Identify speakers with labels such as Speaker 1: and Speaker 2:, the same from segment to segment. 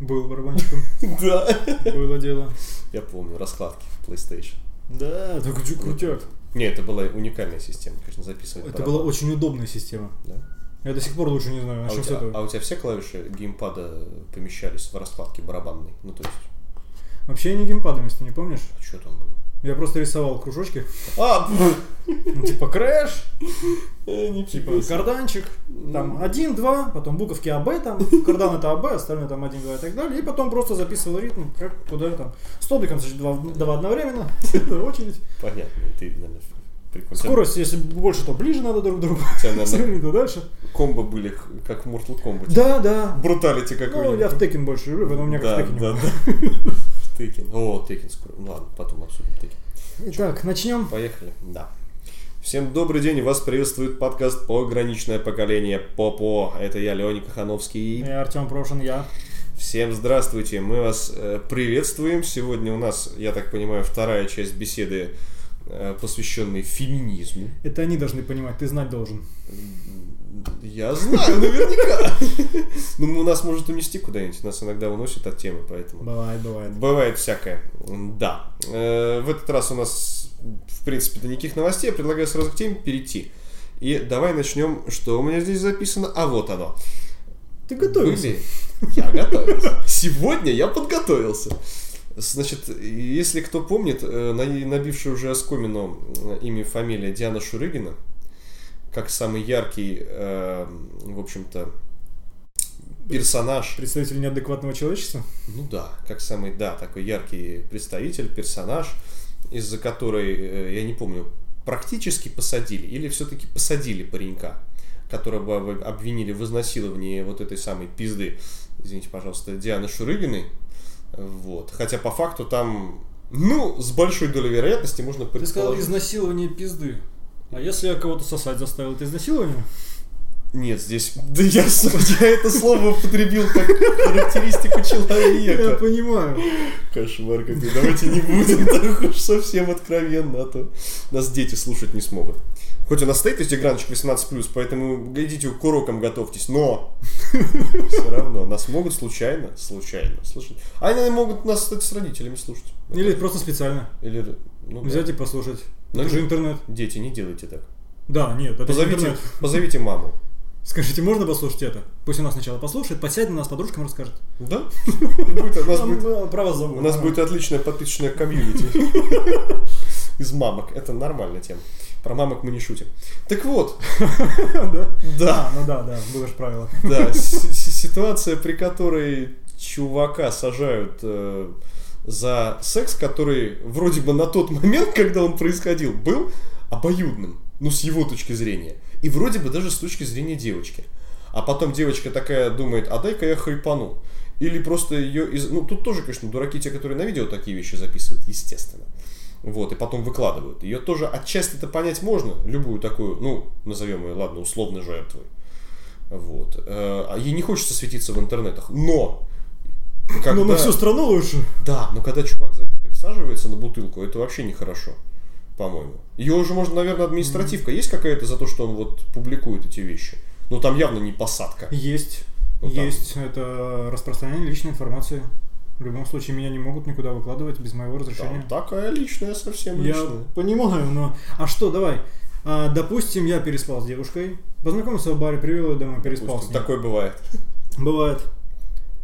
Speaker 1: Был барабанщиком.
Speaker 2: Да.
Speaker 1: Было дело.
Speaker 2: Я помню, раскладки PlayStation.
Speaker 1: Да, так кру- крутяк.
Speaker 2: Не, это была уникальная система, конечно, записывать.
Speaker 1: Это
Speaker 2: барабан.
Speaker 1: была очень удобная система.
Speaker 2: Да.
Speaker 1: Я до сих пор лучше не знаю,
Speaker 2: А, у
Speaker 1: начнем с
Speaker 2: тебя,
Speaker 1: этого.
Speaker 2: а у тебя все клавиши геймпада помещались в раскладке барабанной? Ну, то есть,
Speaker 1: Вообще я не геймпадом, если ты не помнишь.
Speaker 2: а что там было?
Speaker 1: Я просто рисовал кружочки.
Speaker 2: А, э,
Speaker 1: Ну, Типа крэш,
Speaker 2: не
Speaker 1: типа карданчик,
Speaker 2: Ну.
Speaker 1: там 1, 2, потом буковки АБ, там кардан это АБ, остальное там 1, 2 и так далее. И потом просто записывал ритм, как куда там. С столбиком, значит, два, два одновременно, очередь.
Speaker 2: Понятно, и ты, наверное, прикольно.
Speaker 1: Скорость, если больше, то ближе надо друг к другу.
Speaker 2: У тебя,
Speaker 1: Если
Speaker 2: наверное,
Speaker 1: не, то дальше.
Speaker 2: комбо были х- как в Mortal Kombat.
Speaker 1: Да, да.
Speaker 2: Бруталити
Speaker 1: Ну, я в Текен больше люблю, поэтому у меня как
Speaker 2: да,
Speaker 1: в Текене.
Speaker 2: да, да. Текин. О, Текин скоро. Ну ладно, потом обсудим Текин.
Speaker 1: Итак, начнем.
Speaker 2: Поехали. Да. Всем добрый день, вас приветствует подкаст «Пограничное поколение ПОПО». Это я, Леоник Кахановский.
Speaker 1: Я Артем Прошин, я.
Speaker 2: Всем здравствуйте, мы вас э, приветствуем. Сегодня у нас, я так понимаю, вторая часть беседы, э, посвященной феминизму.
Speaker 1: Это они должны понимать, ты знать должен.
Speaker 2: Я знаю, наверняка. Ну, у нас может унести куда-нибудь, нас иногда уносит от темы, поэтому...
Speaker 1: Бывает, бывает.
Speaker 2: Бывает всякое, М, да. Э, В этот раз у нас, в принципе-то, никаких новостей. Я предлагаю сразу к теме перейти. И давай начнем, что у меня здесь записано, а вот оно.
Speaker 1: Ты готовился?
Speaker 2: Были? Я готовился. Сегодня я подготовился. Значит, если кто помнит, э, на- набившая уже оскомину э, имя и фамилия Диана Шурыгина, как самый яркий, э, в общем-то, персонаж
Speaker 1: Представитель неадекватного человечества?
Speaker 2: ну да, как самый, да, такой яркий представитель, персонаж, из-за которой, э, я не помню, практически посадили, или все-таки посадили паренька, которого об- обвинили в изнасиловании вот этой самой пизды, извините, пожалуйста, Дианы Шурыгиной. Вот. Хотя по факту там, ну, с большой долей вероятности можно
Speaker 1: Ты сказал
Speaker 2: предположить...
Speaker 1: изнасилование пизды. А если я кого-то сосать заставил, это изнасилование?
Speaker 2: Нет, здесь... Да я, с- я это слово употребил как характеристику человека.
Speaker 1: Я понимаю.
Speaker 2: Кошмар какой. Давайте не будем так уж совсем откровенно, а то нас дети слушать не смогут. Хоть у нас стоит везде граночек 18+, поэтому глядите, к урокам готовьтесь, но все равно нас могут случайно, случайно слушать. А они могут нас, кстати, с родителями слушать.
Speaker 1: Или просто специально.
Speaker 2: Или, ну, да.
Speaker 1: Взять и послушать.
Speaker 2: Ну,
Speaker 1: это же
Speaker 2: нет.
Speaker 1: интернет.
Speaker 2: Дети, не делайте так.
Speaker 1: Да, нет, это же
Speaker 2: Позовите,
Speaker 1: интернет.
Speaker 2: позовите маму.
Speaker 1: Скажите, можно послушать это? Пусть она сначала послушает, посядет на нас, подружкам расскажет.
Speaker 2: Да? Будет- у нас
Speaker 1: Там,
Speaker 2: будет-
Speaker 1: э, про вас забыл.
Speaker 2: У нас
Speaker 1: А.
Speaker 2: будет отличная подписочная комьюнити из мамок. Это нормальная тема. Про мамок мы не шутим. Так вот,
Speaker 1: Да?
Speaker 2: да,
Speaker 1: А, ну да, да, было же правило.
Speaker 2: да, с- с- ситуация, при которой чувака сажают э, за секс, который вроде бы на тот момент, когда он происходил, был обоюдным, ну, с его точки зрения. И вроде бы даже с точки зрения девочки. А потом девочка такая думает, а дай-ка я хайпану. Или просто ее... Из... Ну, тут тоже, конечно, дураки те, которые на видео такие вещи записывают, естественно. Вот, и потом выкладывают. Ее тоже отчасти-то понять можно, любую такую, ну, назовем ее, ладно, условной жертвой. Вот. Э, а Ей не хочется светиться в интернетах. Но! Когда...
Speaker 1: Ну, на всю страну лучше.
Speaker 2: Да, но когда чувак за это присаживается на бутылку, это вообще нехорошо, по-моему. Ее уже можно, наверное, административка есть какая-то за то, что он вот публикует эти вещи. Но там явно не посадка.
Speaker 1: Есть.
Speaker 2: Ну, там.
Speaker 1: есть. Это распространение личной информации. В любом случае, меня не могут никуда выкладывать без моего разрешения.
Speaker 2: Там такая личная, совсем
Speaker 1: Я
Speaker 2: личная.
Speaker 1: понимаю, но... А что, давай. А, допустим, я переспал с девушкой, познакомился в баре, привел ее домой, переспал
Speaker 2: Пусть
Speaker 1: с ней.
Speaker 2: Такое бывает.
Speaker 1: Бывает.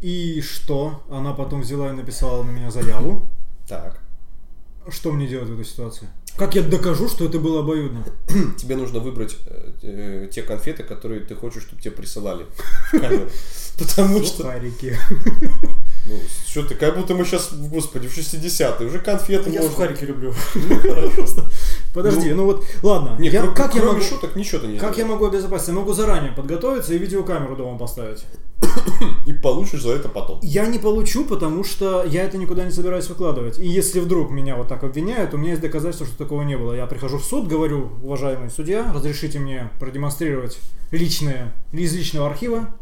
Speaker 1: И что? Она потом взяла и написала на меня заяву.
Speaker 2: Так.
Speaker 1: Что мне делать в этой ситуации? Как я докажу, что это было обоюдно?
Speaker 2: Тебе нужно выбрать э, э, те конфеты, которые ты хочешь, чтобы тебе присылали. в камеру. Потому что...
Speaker 1: Сухарики.
Speaker 2: Ну, что ты, как будто мы сейчас, господи, в 60-е, уже конфеты можно.
Speaker 1: люблю.
Speaker 2: Ну, хорошо.
Speaker 1: Подожди, ну вот, ладно.
Speaker 2: Не,
Speaker 1: я-
Speaker 2: кро-
Speaker 1: как я
Speaker 2: кроме
Speaker 1: могу...
Speaker 2: шуток ничего-то не
Speaker 1: Как я
Speaker 2: сделаешь.
Speaker 1: могу обезопаситься? Я могу заранее подготовиться и видеокамеру дома поставить.
Speaker 2: И получишь за это потом.
Speaker 1: Я не получу, потому что я это никуда не собираюсь выкладывать. И если вдруг меня вот так обвиняют, у меня есть доказательства, что такого не было. Я прихожу в суд, говорю, уважаемый судья, разрешите мне продемонстрировать личные, из личного архива.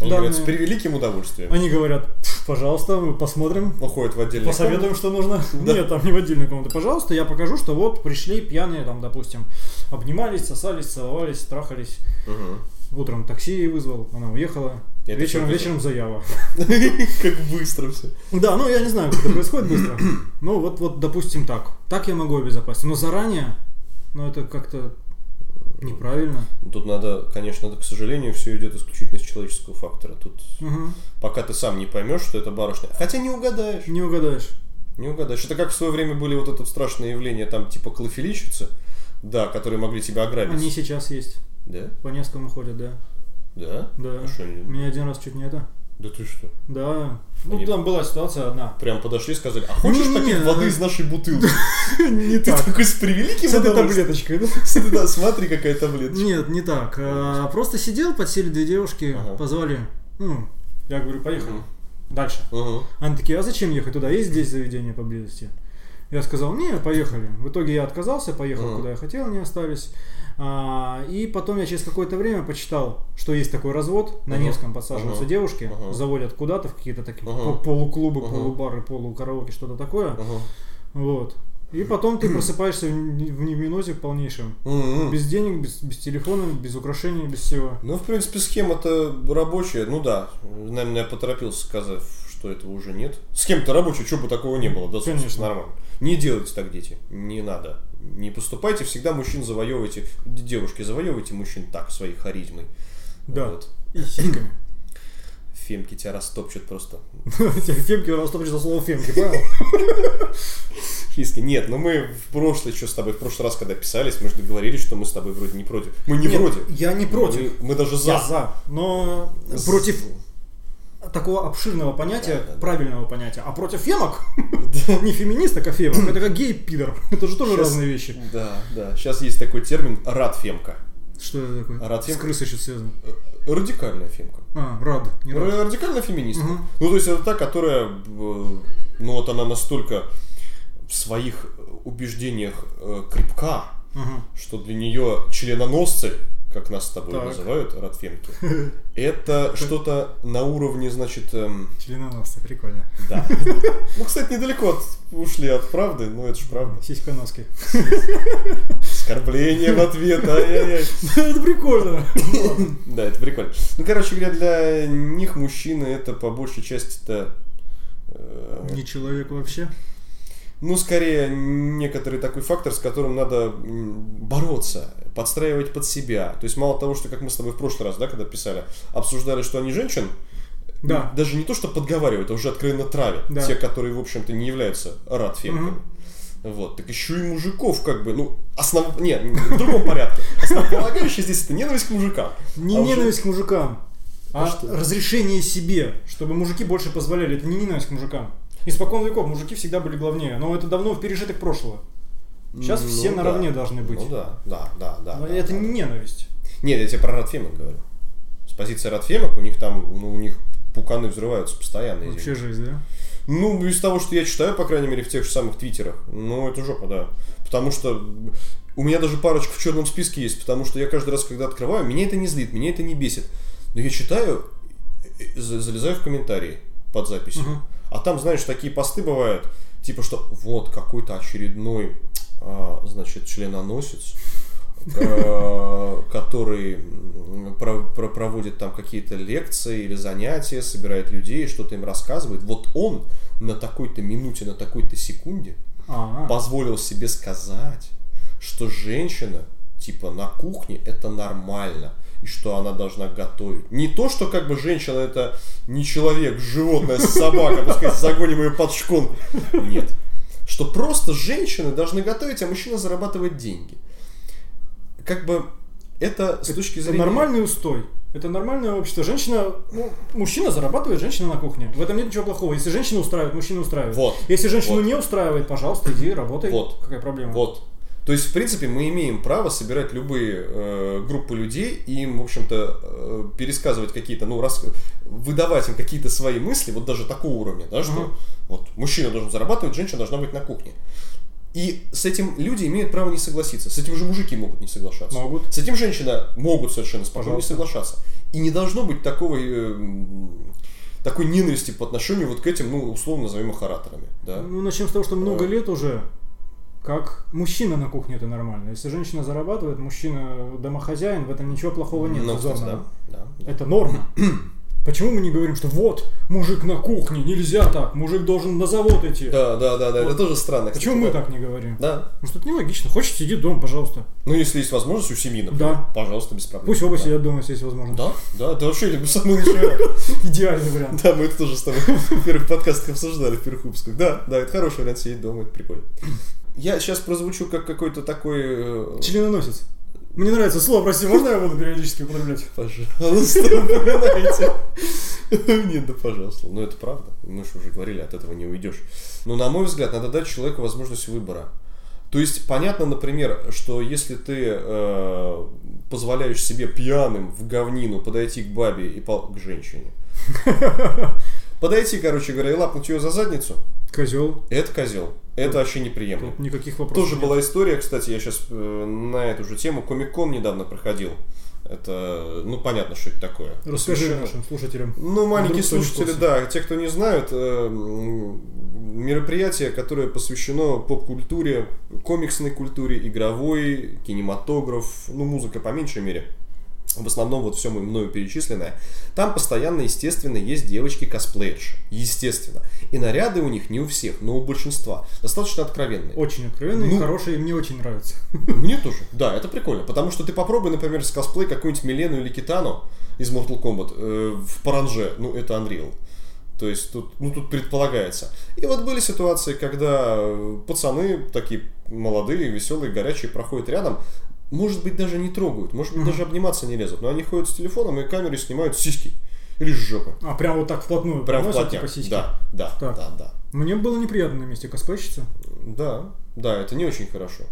Speaker 2: Они говорят, с
Speaker 1: данные».
Speaker 2: превеликим удовольствием.
Speaker 1: Они говорят, «Пф, пожалуйста, мы посмотрим,
Speaker 2: Уходят в отдельный
Speaker 1: посоветуем, что нужно.
Speaker 2: Да.
Speaker 1: Нет, там не в отдельную комнату. Пожалуйста, я покажу, что вот пришли пьяные, там, допустим, обнимались, сосались, целовались, трахались.
Speaker 2: комнату. Мгм.
Speaker 1: Утром такси вызвал, она уехала.
Speaker 2: Это
Speaker 1: вечером,
Speaker 2: всё
Speaker 1: вечером заява.
Speaker 2: Как быстро все.
Speaker 1: Да, ну я не знаю, как это происходит быстро. Ну вот, вот, допустим, так. Так я могу обезопасить. Но заранее, ну это как-то неправильно.
Speaker 2: Ну, Тут надо, конечно, к сожалению, все идет исключительно с человеческого фактора. Тут
Speaker 1: Мгм.
Speaker 2: пока ты сам не поймешь, что это барышня. Хотя не угадаешь.
Speaker 1: Не угадаешь.
Speaker 2: Не угадаешь. Это как в свое время были вот это страшное явление, там типа клофелищицы, да, которые могли тебя ограбить.
Speaker 1: Они сейчас есть.
Speaker 2: Да?
Speaker 1: По Невскому ходят, да.
Speaker 2: Да?
Speaker 1: Да.
Speaker 2: А что они-
Speaker 1: Меня один раз чуть не это.
Speaker 2: Да ты что?
Speaker 1: Да. Ну
Speaker 2: Они-
Speaker 1: там была ситуация одна.
Speaker 2: Прям подошли и сказали, а хочешь
Speaker 1: Не-не-не,
Speaker 2: попить
Speaker 1: да,
Speaker 2: воды
Speaker 1: да.
Speaker 2: из нашей бутылки?
Speaker 1: Не
Speaker 2: Ты такой с превеликим
Speaker 1: С этой
Speaker 2: удовольствием.
Speaker 1: таблеточкой, да?
Speaker 2: С этой, да, смотри, какая таблеточка.
Speaker 1: Нет, не так. А, Просто сидел, подсели две девушки,
Speaker 2: Ага.
Speaker 1: позвали. Ну, я говорю, поехали.
Speaker 2: Мгм.
Speaker 1: Дальше.
Speaker 2: Мгм.
Speaker 1: Они такие, а зачем ехать туда? Есть здесь заведение поблизости? Я сказал, не, поехали. В итоге я отказался, поехал
Speaker 2: Мгм.
Speaker 1: куда я хотел, они остались. А, и потом я через какое-то время почитал, что есть такой развод. На
Speaker 2: Мгм.
Speaker 1: Невском подсаживаются
Speaker 2: Мгм.
Speaker 1: девушки,
Speaker 2: Мгм.
Speaker 1: заводят куда-то в какие-то такие
Speaker 2: Мгм.
Speaker 1: пол- полуклубы,
Speaker 2: Мгм.
Speaker 1: полубары, полукараоке, что-то такое.
Speaker 2: Мгм.
Speaker 1: Вот. И потом ты просыпаешься в не- в невминозе полнейшем.
Speaker 2: Мгм.
Speaker 1: Без денег, без, без телефона, без украшений, без всего.
Speaker 2: Ну, в принципе, схема-то рабочая. Ну да, наверное, я поторопился, сказав, что этого уже нет. Схема-то рабочая, чего бы такого не было. Да, собственно,
Speaker 1: Конечно.
Speaker 2: нормально. Не делайте так, дети. Не надо. Не поступайте. Всегда мужчин завоевывайте. д- Девушки, завоевывайте мужчин так, своей харизмой.
Speaker 1: Да.
Speaker 2: Вот.
Speaker 1: И сиськами.
Speaker 2: Фемки тебя растопчут просто.
Speaker 1: Фемки, растопчет за слово фемки, понял?
Speaker 2: Фиски. Нет, ну мы в прошлый, что с тобой, в прошлый раз, когда писались, мы же договорились, что мы с тобой вроде не против. Мы не
Speaker 1: Нет,
Speaker 2: вроде.
Speaker 1: Я не против.
Speaker 2: Мы, мы даже за.
Speaker 1: Я за. Но против такого обширного понятия,
Speaker 2: Да, да, да.
Speaker 1: правильного понятия. А против фемок? Не феминисток, а фемок. Это как гей-пидор. Это же тоже
Speaker 2: Щас-
Speaker 1: разные вещи.
Speaker 2: Да, да. Сейчас есть такой термин радфемка.
Speaker 1: Что это такое?
Speaker 2: Рад
Speaker 1: С
Speaker 2: фемка?
Speaker 1: крысой сейчас связано.
Speaker 2: Радикальная фемка.
Speaker 1: А, рад. Не рад.
Speaker 2: Р- Радикальная феминистка.
Speaker 1: Мгм.
Speaker 2: Ну, то есть это та, которая, э, ну вот она настолько в своих убеждениях э, крепка,
Speaker 1: Ага.
Speaker 2: что для нее членоносцы, как нас с тобой
Speaker 1: Так.
Speaker 2: называют, радфемки, это что-то на уровне, значит, эм,
Speaker 1: Членоносцы, прикольно.
Speaker 2: да. Ну, кстати, недалеко от- ушли от правды, но это же правда.
Speaker 1: Сиськоноски.
Speaker 2: Оскорбление в ответ, ай-яй-яй.
Speaker 1: Это прикольно.
Speaker 2: Да, это прикольно. Ну, короче говоря, для них мужчины это по большей части-то э,
Speaker 1: Не человек вообще.
Speaker 2: Ну, скорее, некоторый такой фактор, с которым надо м, бороться, подстраивать под себя. То есть, мало того, что, как мы с тобой в прошлый раз, да, когда писали, обсуждали, что они женщин,
Speaker 1: Да.
Speaker 2: м, даже не то, что подговаривают, а уже откровенно травят.
Speaker 1: Да.
Speaker 2: Те, которые, в общем-то, не являются радфемками.
Speaker 1: Мгм.
Speaker 2: Вот, так еще и мужиков, как бы, ну, основ... Не, в другом порядке. Основополагающая здесь это ненависть к мужикам.
Speaker 1: Не
Speaker 2: А уже-
Speaker 1: ненависть к мужикам,
Speaker 2: А
Speaker 1: а,
Speaker 2: что?
Speaker 1: разрешение себе, чтобы мужики больше позволяли. Это не ненависть к мужикам. Испокон веков мужики всегда были главнее, но это давно пережиток прошлого. Сейчас
Speaker 2: Ну,
Speaker 1: все
Speaker 2: да.
Speaker 1: наравне должны быть.
Speaker 2: Ну да, да, да, да.
Speaker 1: Но
Speaker 2: да,
Speaker 1: это
Speaker 2: да.
Speaker 1: не ненависть.
Speaker 2: Нет, я тебе про Радфемок говорю. С позиции Радфемок у них там, ну, у них пуканы взрываются постоянно. извини.
Speaker 1: Вообще жизнь, да?
Speaker 2: Ну, из того, что я читаю, по крайней мере, в тех же самых твиттерах, ну, это жопа, да. Потому что у меня даже парочка в черном списке есть, потому что я каждый раз, когда открываю, меня это не злит, меня это не бесит. Но я читаю, э, за- залезаю в комментарии под записью.
Speaker 1: Мгм.
Speaker 2: А там, знаешь, такие посты бывают, типа, что вот какой-то очередной, а, значит, членоносец, э, который м, про- про- проводит там какие-то лекции или занятия, собирает людей, что-то им рассказывает. Вот он на такой-то минуте, на такой-то секунде
Speaker 1: А,
Speaker 2: позволил себе сказать, что женщина, типа, на кухне это нормально, и что она должна готовить. Не то, что как бы женщина это не человек, животное, собака, пускай загоним ее под шконку. Нет. Что просто женщины должны готовить, а мужчина зарабатывать деньги. Как бы это с точки
Speaker 1: это
Speaker 2: зрения...
Speaker 1: нормальный устой. Это нормальное общество. Женщина, ну, мужчина зарабатывает, женщина на кухне. В этом нет ничего плохого. Если женщина устраивает, мужчина устраивает.
Speaker 2: Вот.
Speaker 1: Если женщину
Speaker 2: Вот.
Speaker 1: не устраивает, пожалуйста, иди работай.
Speaker 2: Вот.
Speaker 1: Какая проблема?
Speaker 2: Вот. То есть, в принципе, мы имеем право собирать любые э, группы людей и им, в общем-то, э, пересказывать какие-то, ну, рас... выдавать им какие-то свои мысли, вот даже такого уровня, да, что
Speaker 1: Мгм.
Speaker 2: вот мужчина должен зарабатывать, женщина должна быть на кухне. И с этим люди имеют право не согласиться. С этим же мужики могут не соглашаться.
Speaker 1: Могут.
Speaker 2: С этим женщина могут совершенно спокойно не
Speaker 1: Пожалуйста.
Speaker 2: соглашаться. И не должно быть такого, э, м, такой ненависти по отношению вот к этим, ну, условно назовем их ораторами. Да?
Speaker 1: Ну, начнем с того, что много
Speaker 2: Э.
Speaker 1: лет уже как мужчина на кухне это нормально. Если женщина зарабатывает, мужчина домохозяин, в этом ничего плохого нет.
Speaker 2: Ну, кстати,
Speaker 1: зазорного.
Speaker 2: да, да, да.
Speaker 1: Это норма. Почему мы не говорим, что вот, мужик на кухне, нельзя так, мужик должен на завод идти?
Speaker 2: Да, да, да, да,
Speaker 1: Вот.
Speaker 2: это тоже странно. кстати,
Speaker 1: Почему мы
Speaker 2: да.
Speaker 1: так не говорим?
Speaker 2: Да.
Speaker 1: Потому что это нелогично. Хочешь, сиди дома, пожалуйста.
Speaker 2: Ну, если есть возможность у семьи, например,
Speaker 1: Да.
Speaker 2: пожалуйста, без проблем.
Speaker 1: Пусть оба
Speaker 2: да.
Speaker 1: сидят дома, если есть возможность.
Speaker 2: Да, да, это вообще как бы самый лучший вариант.
Speaker 1: Идеальный вариант.
Speaker 2: Да, мы это тоже с тобой в первых подкастах обсуждали, в первых выпусках. Да, да, это хороший вариант сидеть дома, это прикольно. Я сейчас прозвучу как какой-то такой... э,
Speaker 1: Членоносец. Мне нравится слово, прости, можно я буду периодически употреблять?
Speaker 2: Пожалуйста, упоминайте. Нет, да пожалуйста. Ну это правда. Мы же уже говорили, от этого не уйдешь. Но на мой взгляд, надо дать человеку возможность выбора. То есть, понятно, например, что если ты э, позволяешь себе пьяным в говнину подойти к бабе и пол- к женщине, подойти, короче говоря, и лапнуть ее за задницу,
Speaker 1: Козел.
Speaker 2: это козел. Это вообще неприемлемо.
Speaker 1: Тут никаких вопросов.
Speaker 2: Тоже
Speaker 1: нет.
Speaker 2: была история, кстати, я сейчас на эту же тему. Комик-кон недавно проходил. Это, ну, понятно, что это такое.
Speaker 1: Ну, Расскажи
Speaker 2: Совершенно.
Speaker 1: нашим слушателям.
Speaker 2: Ну, маленькие
Speaker 1: Вдруг кто не в
Speaker 2: слушатели,
Speaker 1: курсе.
Speaker 2: да, те, кто не знают, э, м, мероприятие, которое посвящено поп-культуре, комиксной культуре, игровой, кинематограф, ну, музыка по меньшей мере. В основном вот все мною перечисленное. Там постоянно, естественно, есть девочки косплеерши. Естественно. И наряды у них не у всех, но у большинства. Достаточно откровенные.
Speaker 1: Очень откровенные,
Speaker 2: Ну.
Speaker 1: хорошие, мне очень нравится.
Speaker 2: Мне тоже. Да, это прикольно. Потому что ты попробуй, например, с косплей какую-нибудь Милену или Китану из Mortal Kombat э, в паранже. Ну, это Unreal. То есть тут, ну, тут предполагается. И вот были ситуации, когда э, пацаны такие молодые, веселые, горячие проходят рядом. Может быть, даже не трогают, может быть,
Speaker 1: Мгм.
Speaker 2: даже обниматься не лезут. Но они ходят с телефоном и камерой снимают сиськи. Или с жопы.
Speaker 1: А прям вот так вплотную.
Speaker 2: Прям
Speaker 1: приносят,
Speaker 2: вплотняк.
Speaker 1: типа, сиськи.
Speaker 2: Да, да,
Speaker 1: Так.
Speaker 2: да, да.
Speaker 1: Мне было неприятно на месте косплейщицы.
Speaker 2: Да, да, это не очень хорошо.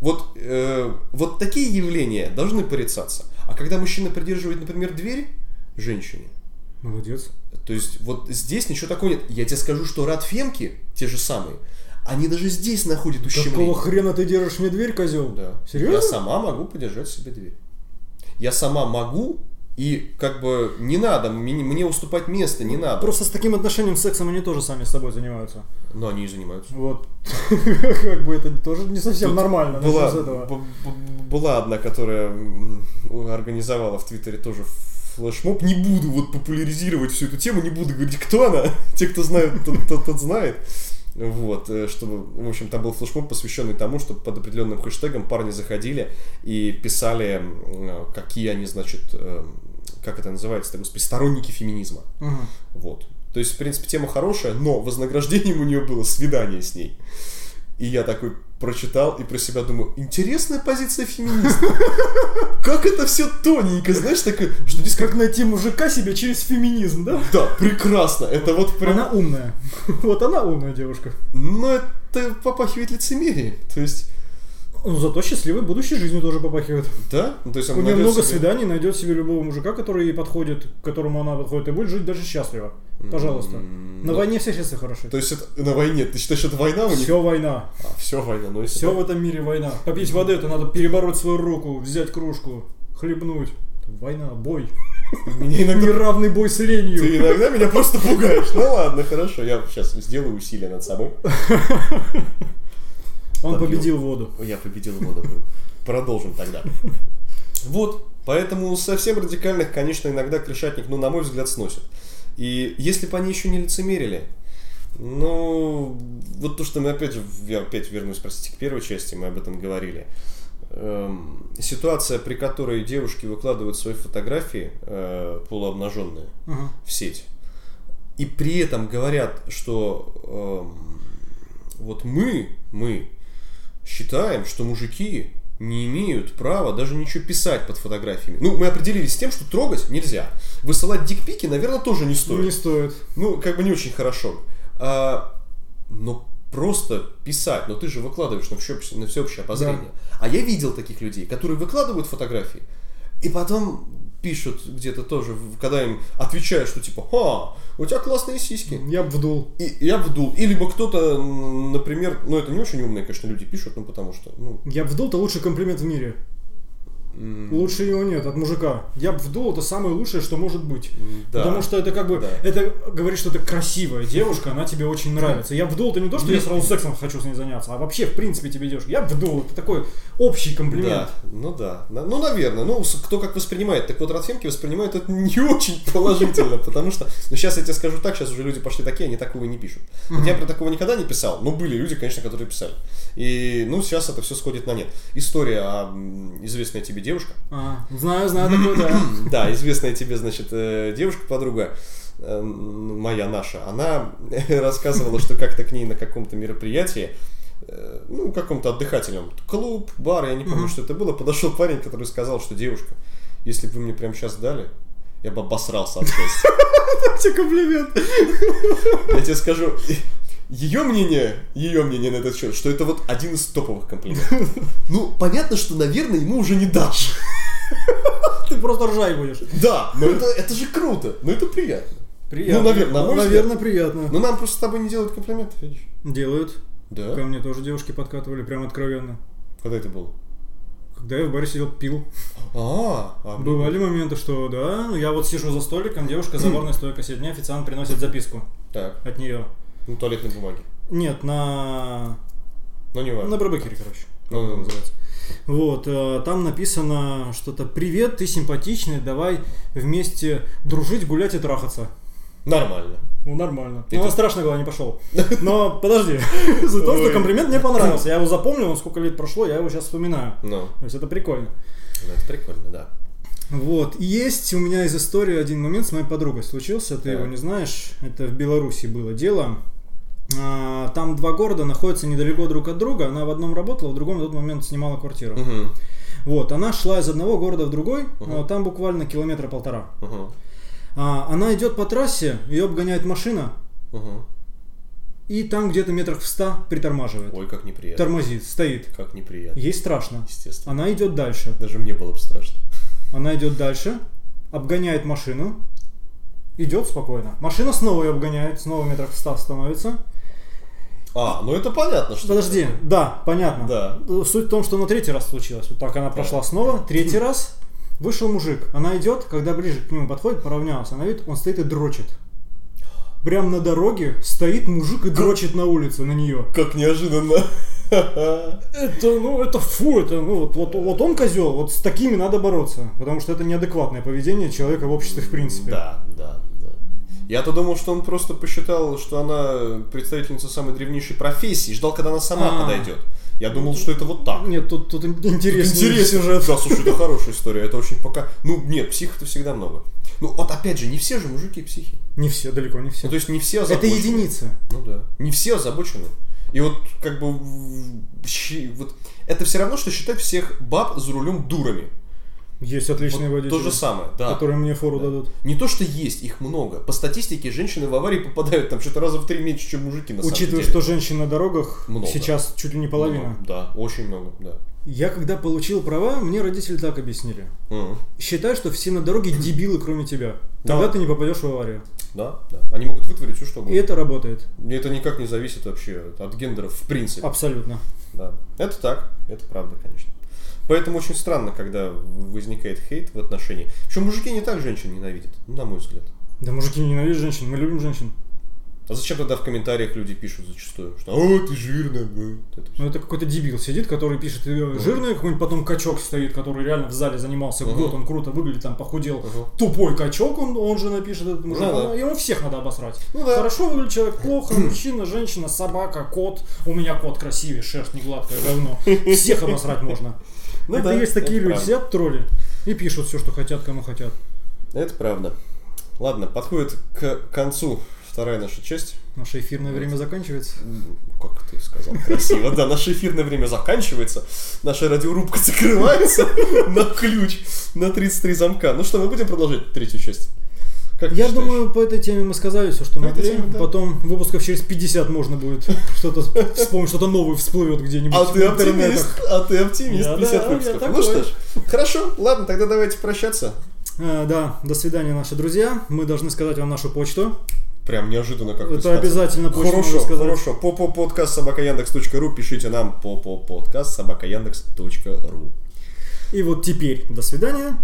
Speaker 2: Вот, э, вот такие явления должны порицаться. А когда мужчина придерживает, например, дверь женщине,
Speaker 1: Молодец.
Speaker 2: то есть вот здесь ничего такого нет. Я тебе скажу, что радфемки, те же самые, они даже здесь находят ущемление.
Speaker 1: Какого хрена ты держишь мне дверь, козел?
Speaker 2: Да. Я
Speaker 1: Серьезно?
Speaker 2: сама могу подержать себе дверь. Я сама могу, и как бы не надо, мне, мне уступать место не надо.
Speaker 1: Просто с таким отношением с сексом они тоже сами с собой занимаются.
Speaker 2: Но они и занимаются.
Speaker 1: Вот. Как бы это тоже не совсем
Speaker 2: Тут
Speaker 1: нормально. начнем
Speaker 2: Была,
Speaker 1: с этого.
Speaker 2: б- б- была одна, которая м, организовала в Твиттере тоже флешмоб. Не буду вот популяризировать всю эту тему, не буду говорить, кто она. Те, кто знают, тот, тот- тот знает. Вот, э, чтобы, в общем, там был флешмоб, посвященный тому, чтобы под определенным хэштегом парни заходили и писали, м, э, какие они, значит, э, как это называется, господи, сторонники феминизма.
Speaker 1: Мгм.
Speaker 2: Вот. То есть, в принципе, тема хорошая, но вознаграждением у нее было свидание с ней. И я такой прочитал и про себя думаю, интересная позиция феминиста. Как это все тоненько, знаешь, такое, что здесь как...
Speaker 1: Как найти мужика себе через феминизм, да?
Speaker 2: Да, прекрасно, это вот прям...
Speaker 1: Она умная. Вот она умная девушка.
Speaker 2: Но это попахивает лицемерием. То есть,
Speaker 1: Ну, зато счастливой будущей жизнью тоже попахивает.
Speaker 2: да? Ну, то есть, она
Speaker 1: У нее
Speaker 2: найдёт
Speaker 1: много
Speaker 2: себе-
Speaker 1: свиданий, найдет себе любого мужика, который ей подходит, к которому она подходит, и будет жить даже счастливо.
Speaker 2: М-м-м.
Speaker 1: Пожалуйста.
Speaker 2: М,
Speaker 1: На
Speaker 2: ну,
Speaker 1: войне все счастливы хороши.
Speaker 2: То есть, это на войне, ты считаешь, это война у них?
Speaker 1: Все война.
Speaker 2: А, все война, ну и
Speaker 1: Все в этом мире война. Попить воды, это надо перебороть свою руку, взять кружку, хлебнуть. Война, бой.
Speaker 2: Меня иногда
Speaker 1: Неравный бой с
Speaker 2: Ты
Speaker 1: ленью.
Speaker 2: иногда меня просто пугаешь. Ну ладно, хорошо, я сейчас сделаю усилие над собой.
Speaker 1: Он
Speaker 2: Подъем.
Speaker 1: победил воду.
Speaker 2: Я победил его, да. Продолжим тогда. Вот, поэтому совсем радикальных, конечно, иногда крышатник, ну, на мой взгляд, сносит. И если бы они еще не лицемерили, ну, вот то, что мы опять же, я опять вернусь, простите, к первой части, мы об этом говорили. Эм, ситуация, при которой девушки выкладывают свои фотографии э, полуобнаженные,
Speaker 1: Ага.
Speaker 2: в сеть. И при этом говорят, что эм, вот мы, мы считаем, что мужики не имеют права даже ничего писать под фотографиями. Ну, мы определились с тем, что трогать нельзя. Высылать дикпики, наверное, тоже не стоит.
Speaker 1: Не стоит.
Speaker 2: Ну, как бы не очень хорошо. А, но просто писать, но ты же выкладываешь на, всеобще- на всеобщее обозрение. А я видел таких людей, которые выкладывают фотографии, и потом пишут где-то тоже, в- когда им отвечают, что типа, ха, у тебя классные сиськи.
Speaker 1: Я б вдул.
Speaker 2: И я вдул. И либо кто-то, м, например, ну это не очень умные, конечно, люди пишут, ну потому что, ну,
Speaker 1: Я б вдул, то лучший комплимент в мире.
Speaker 2: М,
Speaker 1: Лучше его нет от мужика. Я бы вдул это самое лучшее, что может быть.
Speaker 2: м, Да.
Speaker 1: Потому что это как бы,
Speaker 2: Да.
Speaker 1: это говорит, что это красивая девушка, она тебе очень нравится. Я вдул это не то, что я
Speaker 2: Нет.
Speaker 1: сразу сексом хочу с ней заняться, а вообще, в принципе, тебе девушка. Я вдул, это такой общий комплимент.
Speaker 2: Да, ну да. На- Ну, наверное. Ну, с- кто как воспринимает. Так вот, Ратфемки воспринимают это не очень положительно, потому что... Ну, сейчас я тебе скажу так, сейчас уже люди пошли такие, они такого не пишут. Вот я про такого никогда не писал, но были люди, конечно, которые писали. И, ну, сейчас это все сходит на нет. История о м, известная тебе девушка.
Speaker 1: А, знаю, знаю такое, да.
Speaker 2: Да, известная тебе, значит, э, девушка-подруга э, моя, наша, она рассказывала, что как-то к ней на каком-то мероприятии э, ну, каком-то отдыхателем. Клуб, бар, я не помню,
Speaker 1: Мгм.
Speaker 2: что это было. Подошел парень, который сказал, что девушка, если бы вы мне прямо сейчас дали, я бы обосрался от счастья.
Speaker 1: Тебе комплимент.
Speaker 2: Я тебе скажу, ее мнение, ее мнение на этот счет, что это вот один из топовых комплиментов. Ну, понятно, что, наверное, ему уже не дашь.
Speaker 1: Ты просто ржать будешь.
Speaker 2: Да, но это, это же круто, но это приятно.
Speaker 1: Приятно.
Speaker 2: Ну, наверное, на мой взгляд.
Speaker 1: Наверное, приятно. Ну,
Speaker 2: Ну, нам просто с тобой не делают комплиментов, видишь?
Speaker 1: Делают. Ко
Speaker 2: Да?
Speaker 1: мне тоже девушки подкатывали, прям откровенно.
Speaker 2: Когда это было?
Speaker 1: Когда я в баре сидел, пил.
Speaker 2: А, а, блин.
Speaker 1: Бывали моменты, что да, ну, я вот сижу за столиком, девушка за барной стойкой сидит, мне официант приносит записку
Speaker 2: Так,
Speaker 1: от нее.
Speaker 2: ну, туалетной бумаги.
Speaker 1: Нет, на...
Speaker 2: Ну, не
Speaker 1: На
Speaker 2: важно.
Speaker 1: барбекере, короче.
Speaker 2: Ну, ну, ну.
Speaker 1: называется. Вот, э, там написано что-то «Привет, ты симпатичный, давай вместе дружить, гулять и трахаться».
Speaker 2: Нормально.
Speaker 1: Ну, нормально.
Speaker 2: И
Speaker 1: Ну,
Speaker 2: тут-
Speaker 1: страшно было, не пошел. Но подожди, за то, что
Speaker 2: Ой.
Speaker 1: комплимент мне понравился. Я его запомнил, сколько лет прошло, я его сейчас вспоминаю.
Speaker 2: Ну,
Speaker 1: То есть это прикольно.
Speaker 2: ну, это прикольно, да.
Speaker 1: Вот. И Есть у меня из истории один момент с моей подругой случился, ты
Speaker 2: Так.
Speaker 1: его не знаешь. Это в Беларуси было дело. А, Там два города находятся недалеко друг от друга. Она в одном работала, в другом на тот момент снимала квартиру.
Speaker 2: Угу,
Speaker 1: Вот, она шла из одного города в другой,
Speaker 2: Мгм.
Speaker 1: а, там буквально километра полтора.
Speaker 2: угу,
Speaker 1: А, Она идет по трассе, ее обгоняет машина,
Speaker 2: угу.
Speaker 1: и там где-то метрах в ста притормаживает.
Speaker 2: Ой, как неприятно.
Speaker 1: Тормозит, стоит.
Speaker 2: Как неприятно.
Speaker 1: Ей страшно.
Speaker 2: Естественно.
Speaker 1: Она идет дальше.
Speaker 2: Даже мне было бы страшно.
Speaker 1: Она идет дальше, обгоняет машину, идет спокойно. Машина снова ее обгоняет, снова метрах в ста становится.
Speaker 2: А, ну это понятно, что...
Speaker 1: Подожди, да, понятно.
Speaker 2: Да.
Speaker 1: Суть в том, что на третий раз случилось. Вот так она прошла снова, третий раз. Вышел мужик, она идет, когда ближе к нему подходит, поравнялась, она видит, он стоит и дрочит. Прям на дороге стоит мужик и дрочит на улице на нее.
Speaker 2: Как неожиданно.
Speaker 1: Это, ну, это фу, это, ну, вот, вот, вот он козел, вот с такими надо бороться, потому что это неадекватное поведение человека в обществе в принципе.
Speaker 2: Да, да, да. Я-то думал, что он просто посчитал, что она представительница самой древнейшей профессии, и ждал, когда она сама
Speaker 1: А.
Speaker 2: подойдет. Я думал, что это вот так.
Speaker 1: Нет, тут, тут интересный
Speaker 2: Интересен
Speaker 1: сюжет.
Speaker 2: Да, слушай, это хорошая история. Это очень пока... Ну, нет, психов-то всегда много. Ну, вот опять же, не все же мужики психи.
Speaker 1: Не все, далеко не все.
Speaker 2: Ну, то есть не все
Speaker 1: это
Speaker 2: озабочены.
Speaker 1: единица.
Speaker 2: Ну да. Не все озабочены. И вот как бы в- щи- вот это все равно, что считать всех баб за рулем дурами.
Speaker 1: Есть отличные
Speaker 2: Вот
Speaker 1: водители,
Speaker 2: то же самое, да.
Speaker 1: которые мне фору
Speaker 2: Да.
Speaker 1: дадут.
Speaker 2: Не то, что есть, их много. По статистике женщины в аварии попадают там что-то раза в три меньше, чем мужики на самом
Speaker 1: Учитывая, что
Speaker 2: деле.
Speaker 1: женщин на дорогах
Speaker 2: Много.
Speaker 1: сейчас чуть ли не половина.
Speaker 2: Много, Да, очень много, да.
Speaker 1: Я когда получил права, мне родители так объяснили.
Speaker 2: Мгм.
Speaker 1: Считай, что все на дороге дебилы, кроме тебя.
Speaker 2: Да.
Speaker 1: Тогда ты не попадешь в аварию.
Speaker 2: Да, да. Они могут вытворить все, что
Speaker 1: И
Speaker 2: угодно.
Speaker 1: это работает.
Speaker 2: Это никак не зависит вообще от гендеров в принципе.
Speaker 1: А Абсолютно.
Speaker 2: Да. Это так, это правда, конечно. Поэтому очень странно, когда возникает хейт в отношении. Причем мужики не так женщин ненавидят, ну, на мой взгляд.
Speaker 1: Да мужики ненавидят женщин, мы любим женщин.
Speaker 2: А зачем тогда в комментариях люди пишут зачастую, что «О, ты жирная, бэ». Вот это всё.
Speaker 1: Но Ну, это какой-то дебил сидит, который пишет э, жирный, какой-нибудь потом качок стоит, который реально в зале занимался
Speaker 2: Ну, Мгм.
Speaker 1: год, он круто выглядит, там похудел.
Speaker 2: Ага.
Speaker 1: Тупой качок, он, он же напишет этот мужик.
Speaker 2: Ну да.
Speaker 1: Он- Ему всех надо обосрать.
Speaker 2: Ну да.
Speaker 1: Хорошо выглядит человек, плохо, мужчина, женщина, собака, кот. У меня кот красивый, шерсть не гладкая, говно. Всех обосрать можно.
Speaker 2: Ну
Speaker 1: это
Speaker 2: да,
Speaker 1: есть такие
Speaker 2: это
Speaker 1: люди,
Speaker 2: правда.
Speaker 1: сидят тролли и пишут все, что хотят, кому хотят.
Speaker 2: Это правда. Ладно, подходит к концу вторая наша часть.
Speaker 1: Наше эфирное время заканчивается.
Speaker 2: М, Как ты сказал, красиво. Да, наше эфирное время заканчивается, наша радиорубка закрывается на ключ на 33 замка. Ну что, мы будем продолжать третью часть? Как ты
Speaker 1: Я
Speaker 2: считаешь?
Speaker 1: думаю, по этой теме мы сказали все, что
Speaker 2: По этой
Speaker 1: могли.
Speaker 2: теме, да.
Speaker 1: Потом выпусков через 50 можно будет что-то вспомнить, что-то новое всплывет где-нибудь
Speaker 2: А
Speaker 1: в
Speaker 2: ты
Speaker 1: интернетах.
Speaker 2: оптимист, а ты оптимист,
Speaker 1: Я,
Speaker 2: 50
Speaker 1: да, я
Speaker 2: выпусков. ну
Speaker 1: такой.
Speaker 2: что ж, хорошо, ладно, тогда давайте прощаться.
Speaker 1: Э, да, до свидания, наши друзья. Мы должны сказать вам нашу почту.
Speaker 2: Прям неожиданно как
Speaker 1: Это обязательно почту
Speaker 2: Хорошо,
Speaker 1: нужно сказать.
Speaker 2: хорошо. Попо подкаст собака Яндекс.ру пишите нам попо подкаст собака Яндекс.ру.
Speaker 1: И вот теперь до свидания.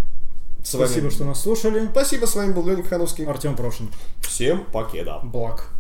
Speaker 2: С вами-
Speaker 1: Спасибо, что нас слушали.
Speaker 2: Спасибо, с вами был Леня Хановский.
Speaker 1: Артем Прошин.
Speaker 2: Всем покеда.
Speaker 1: Благ.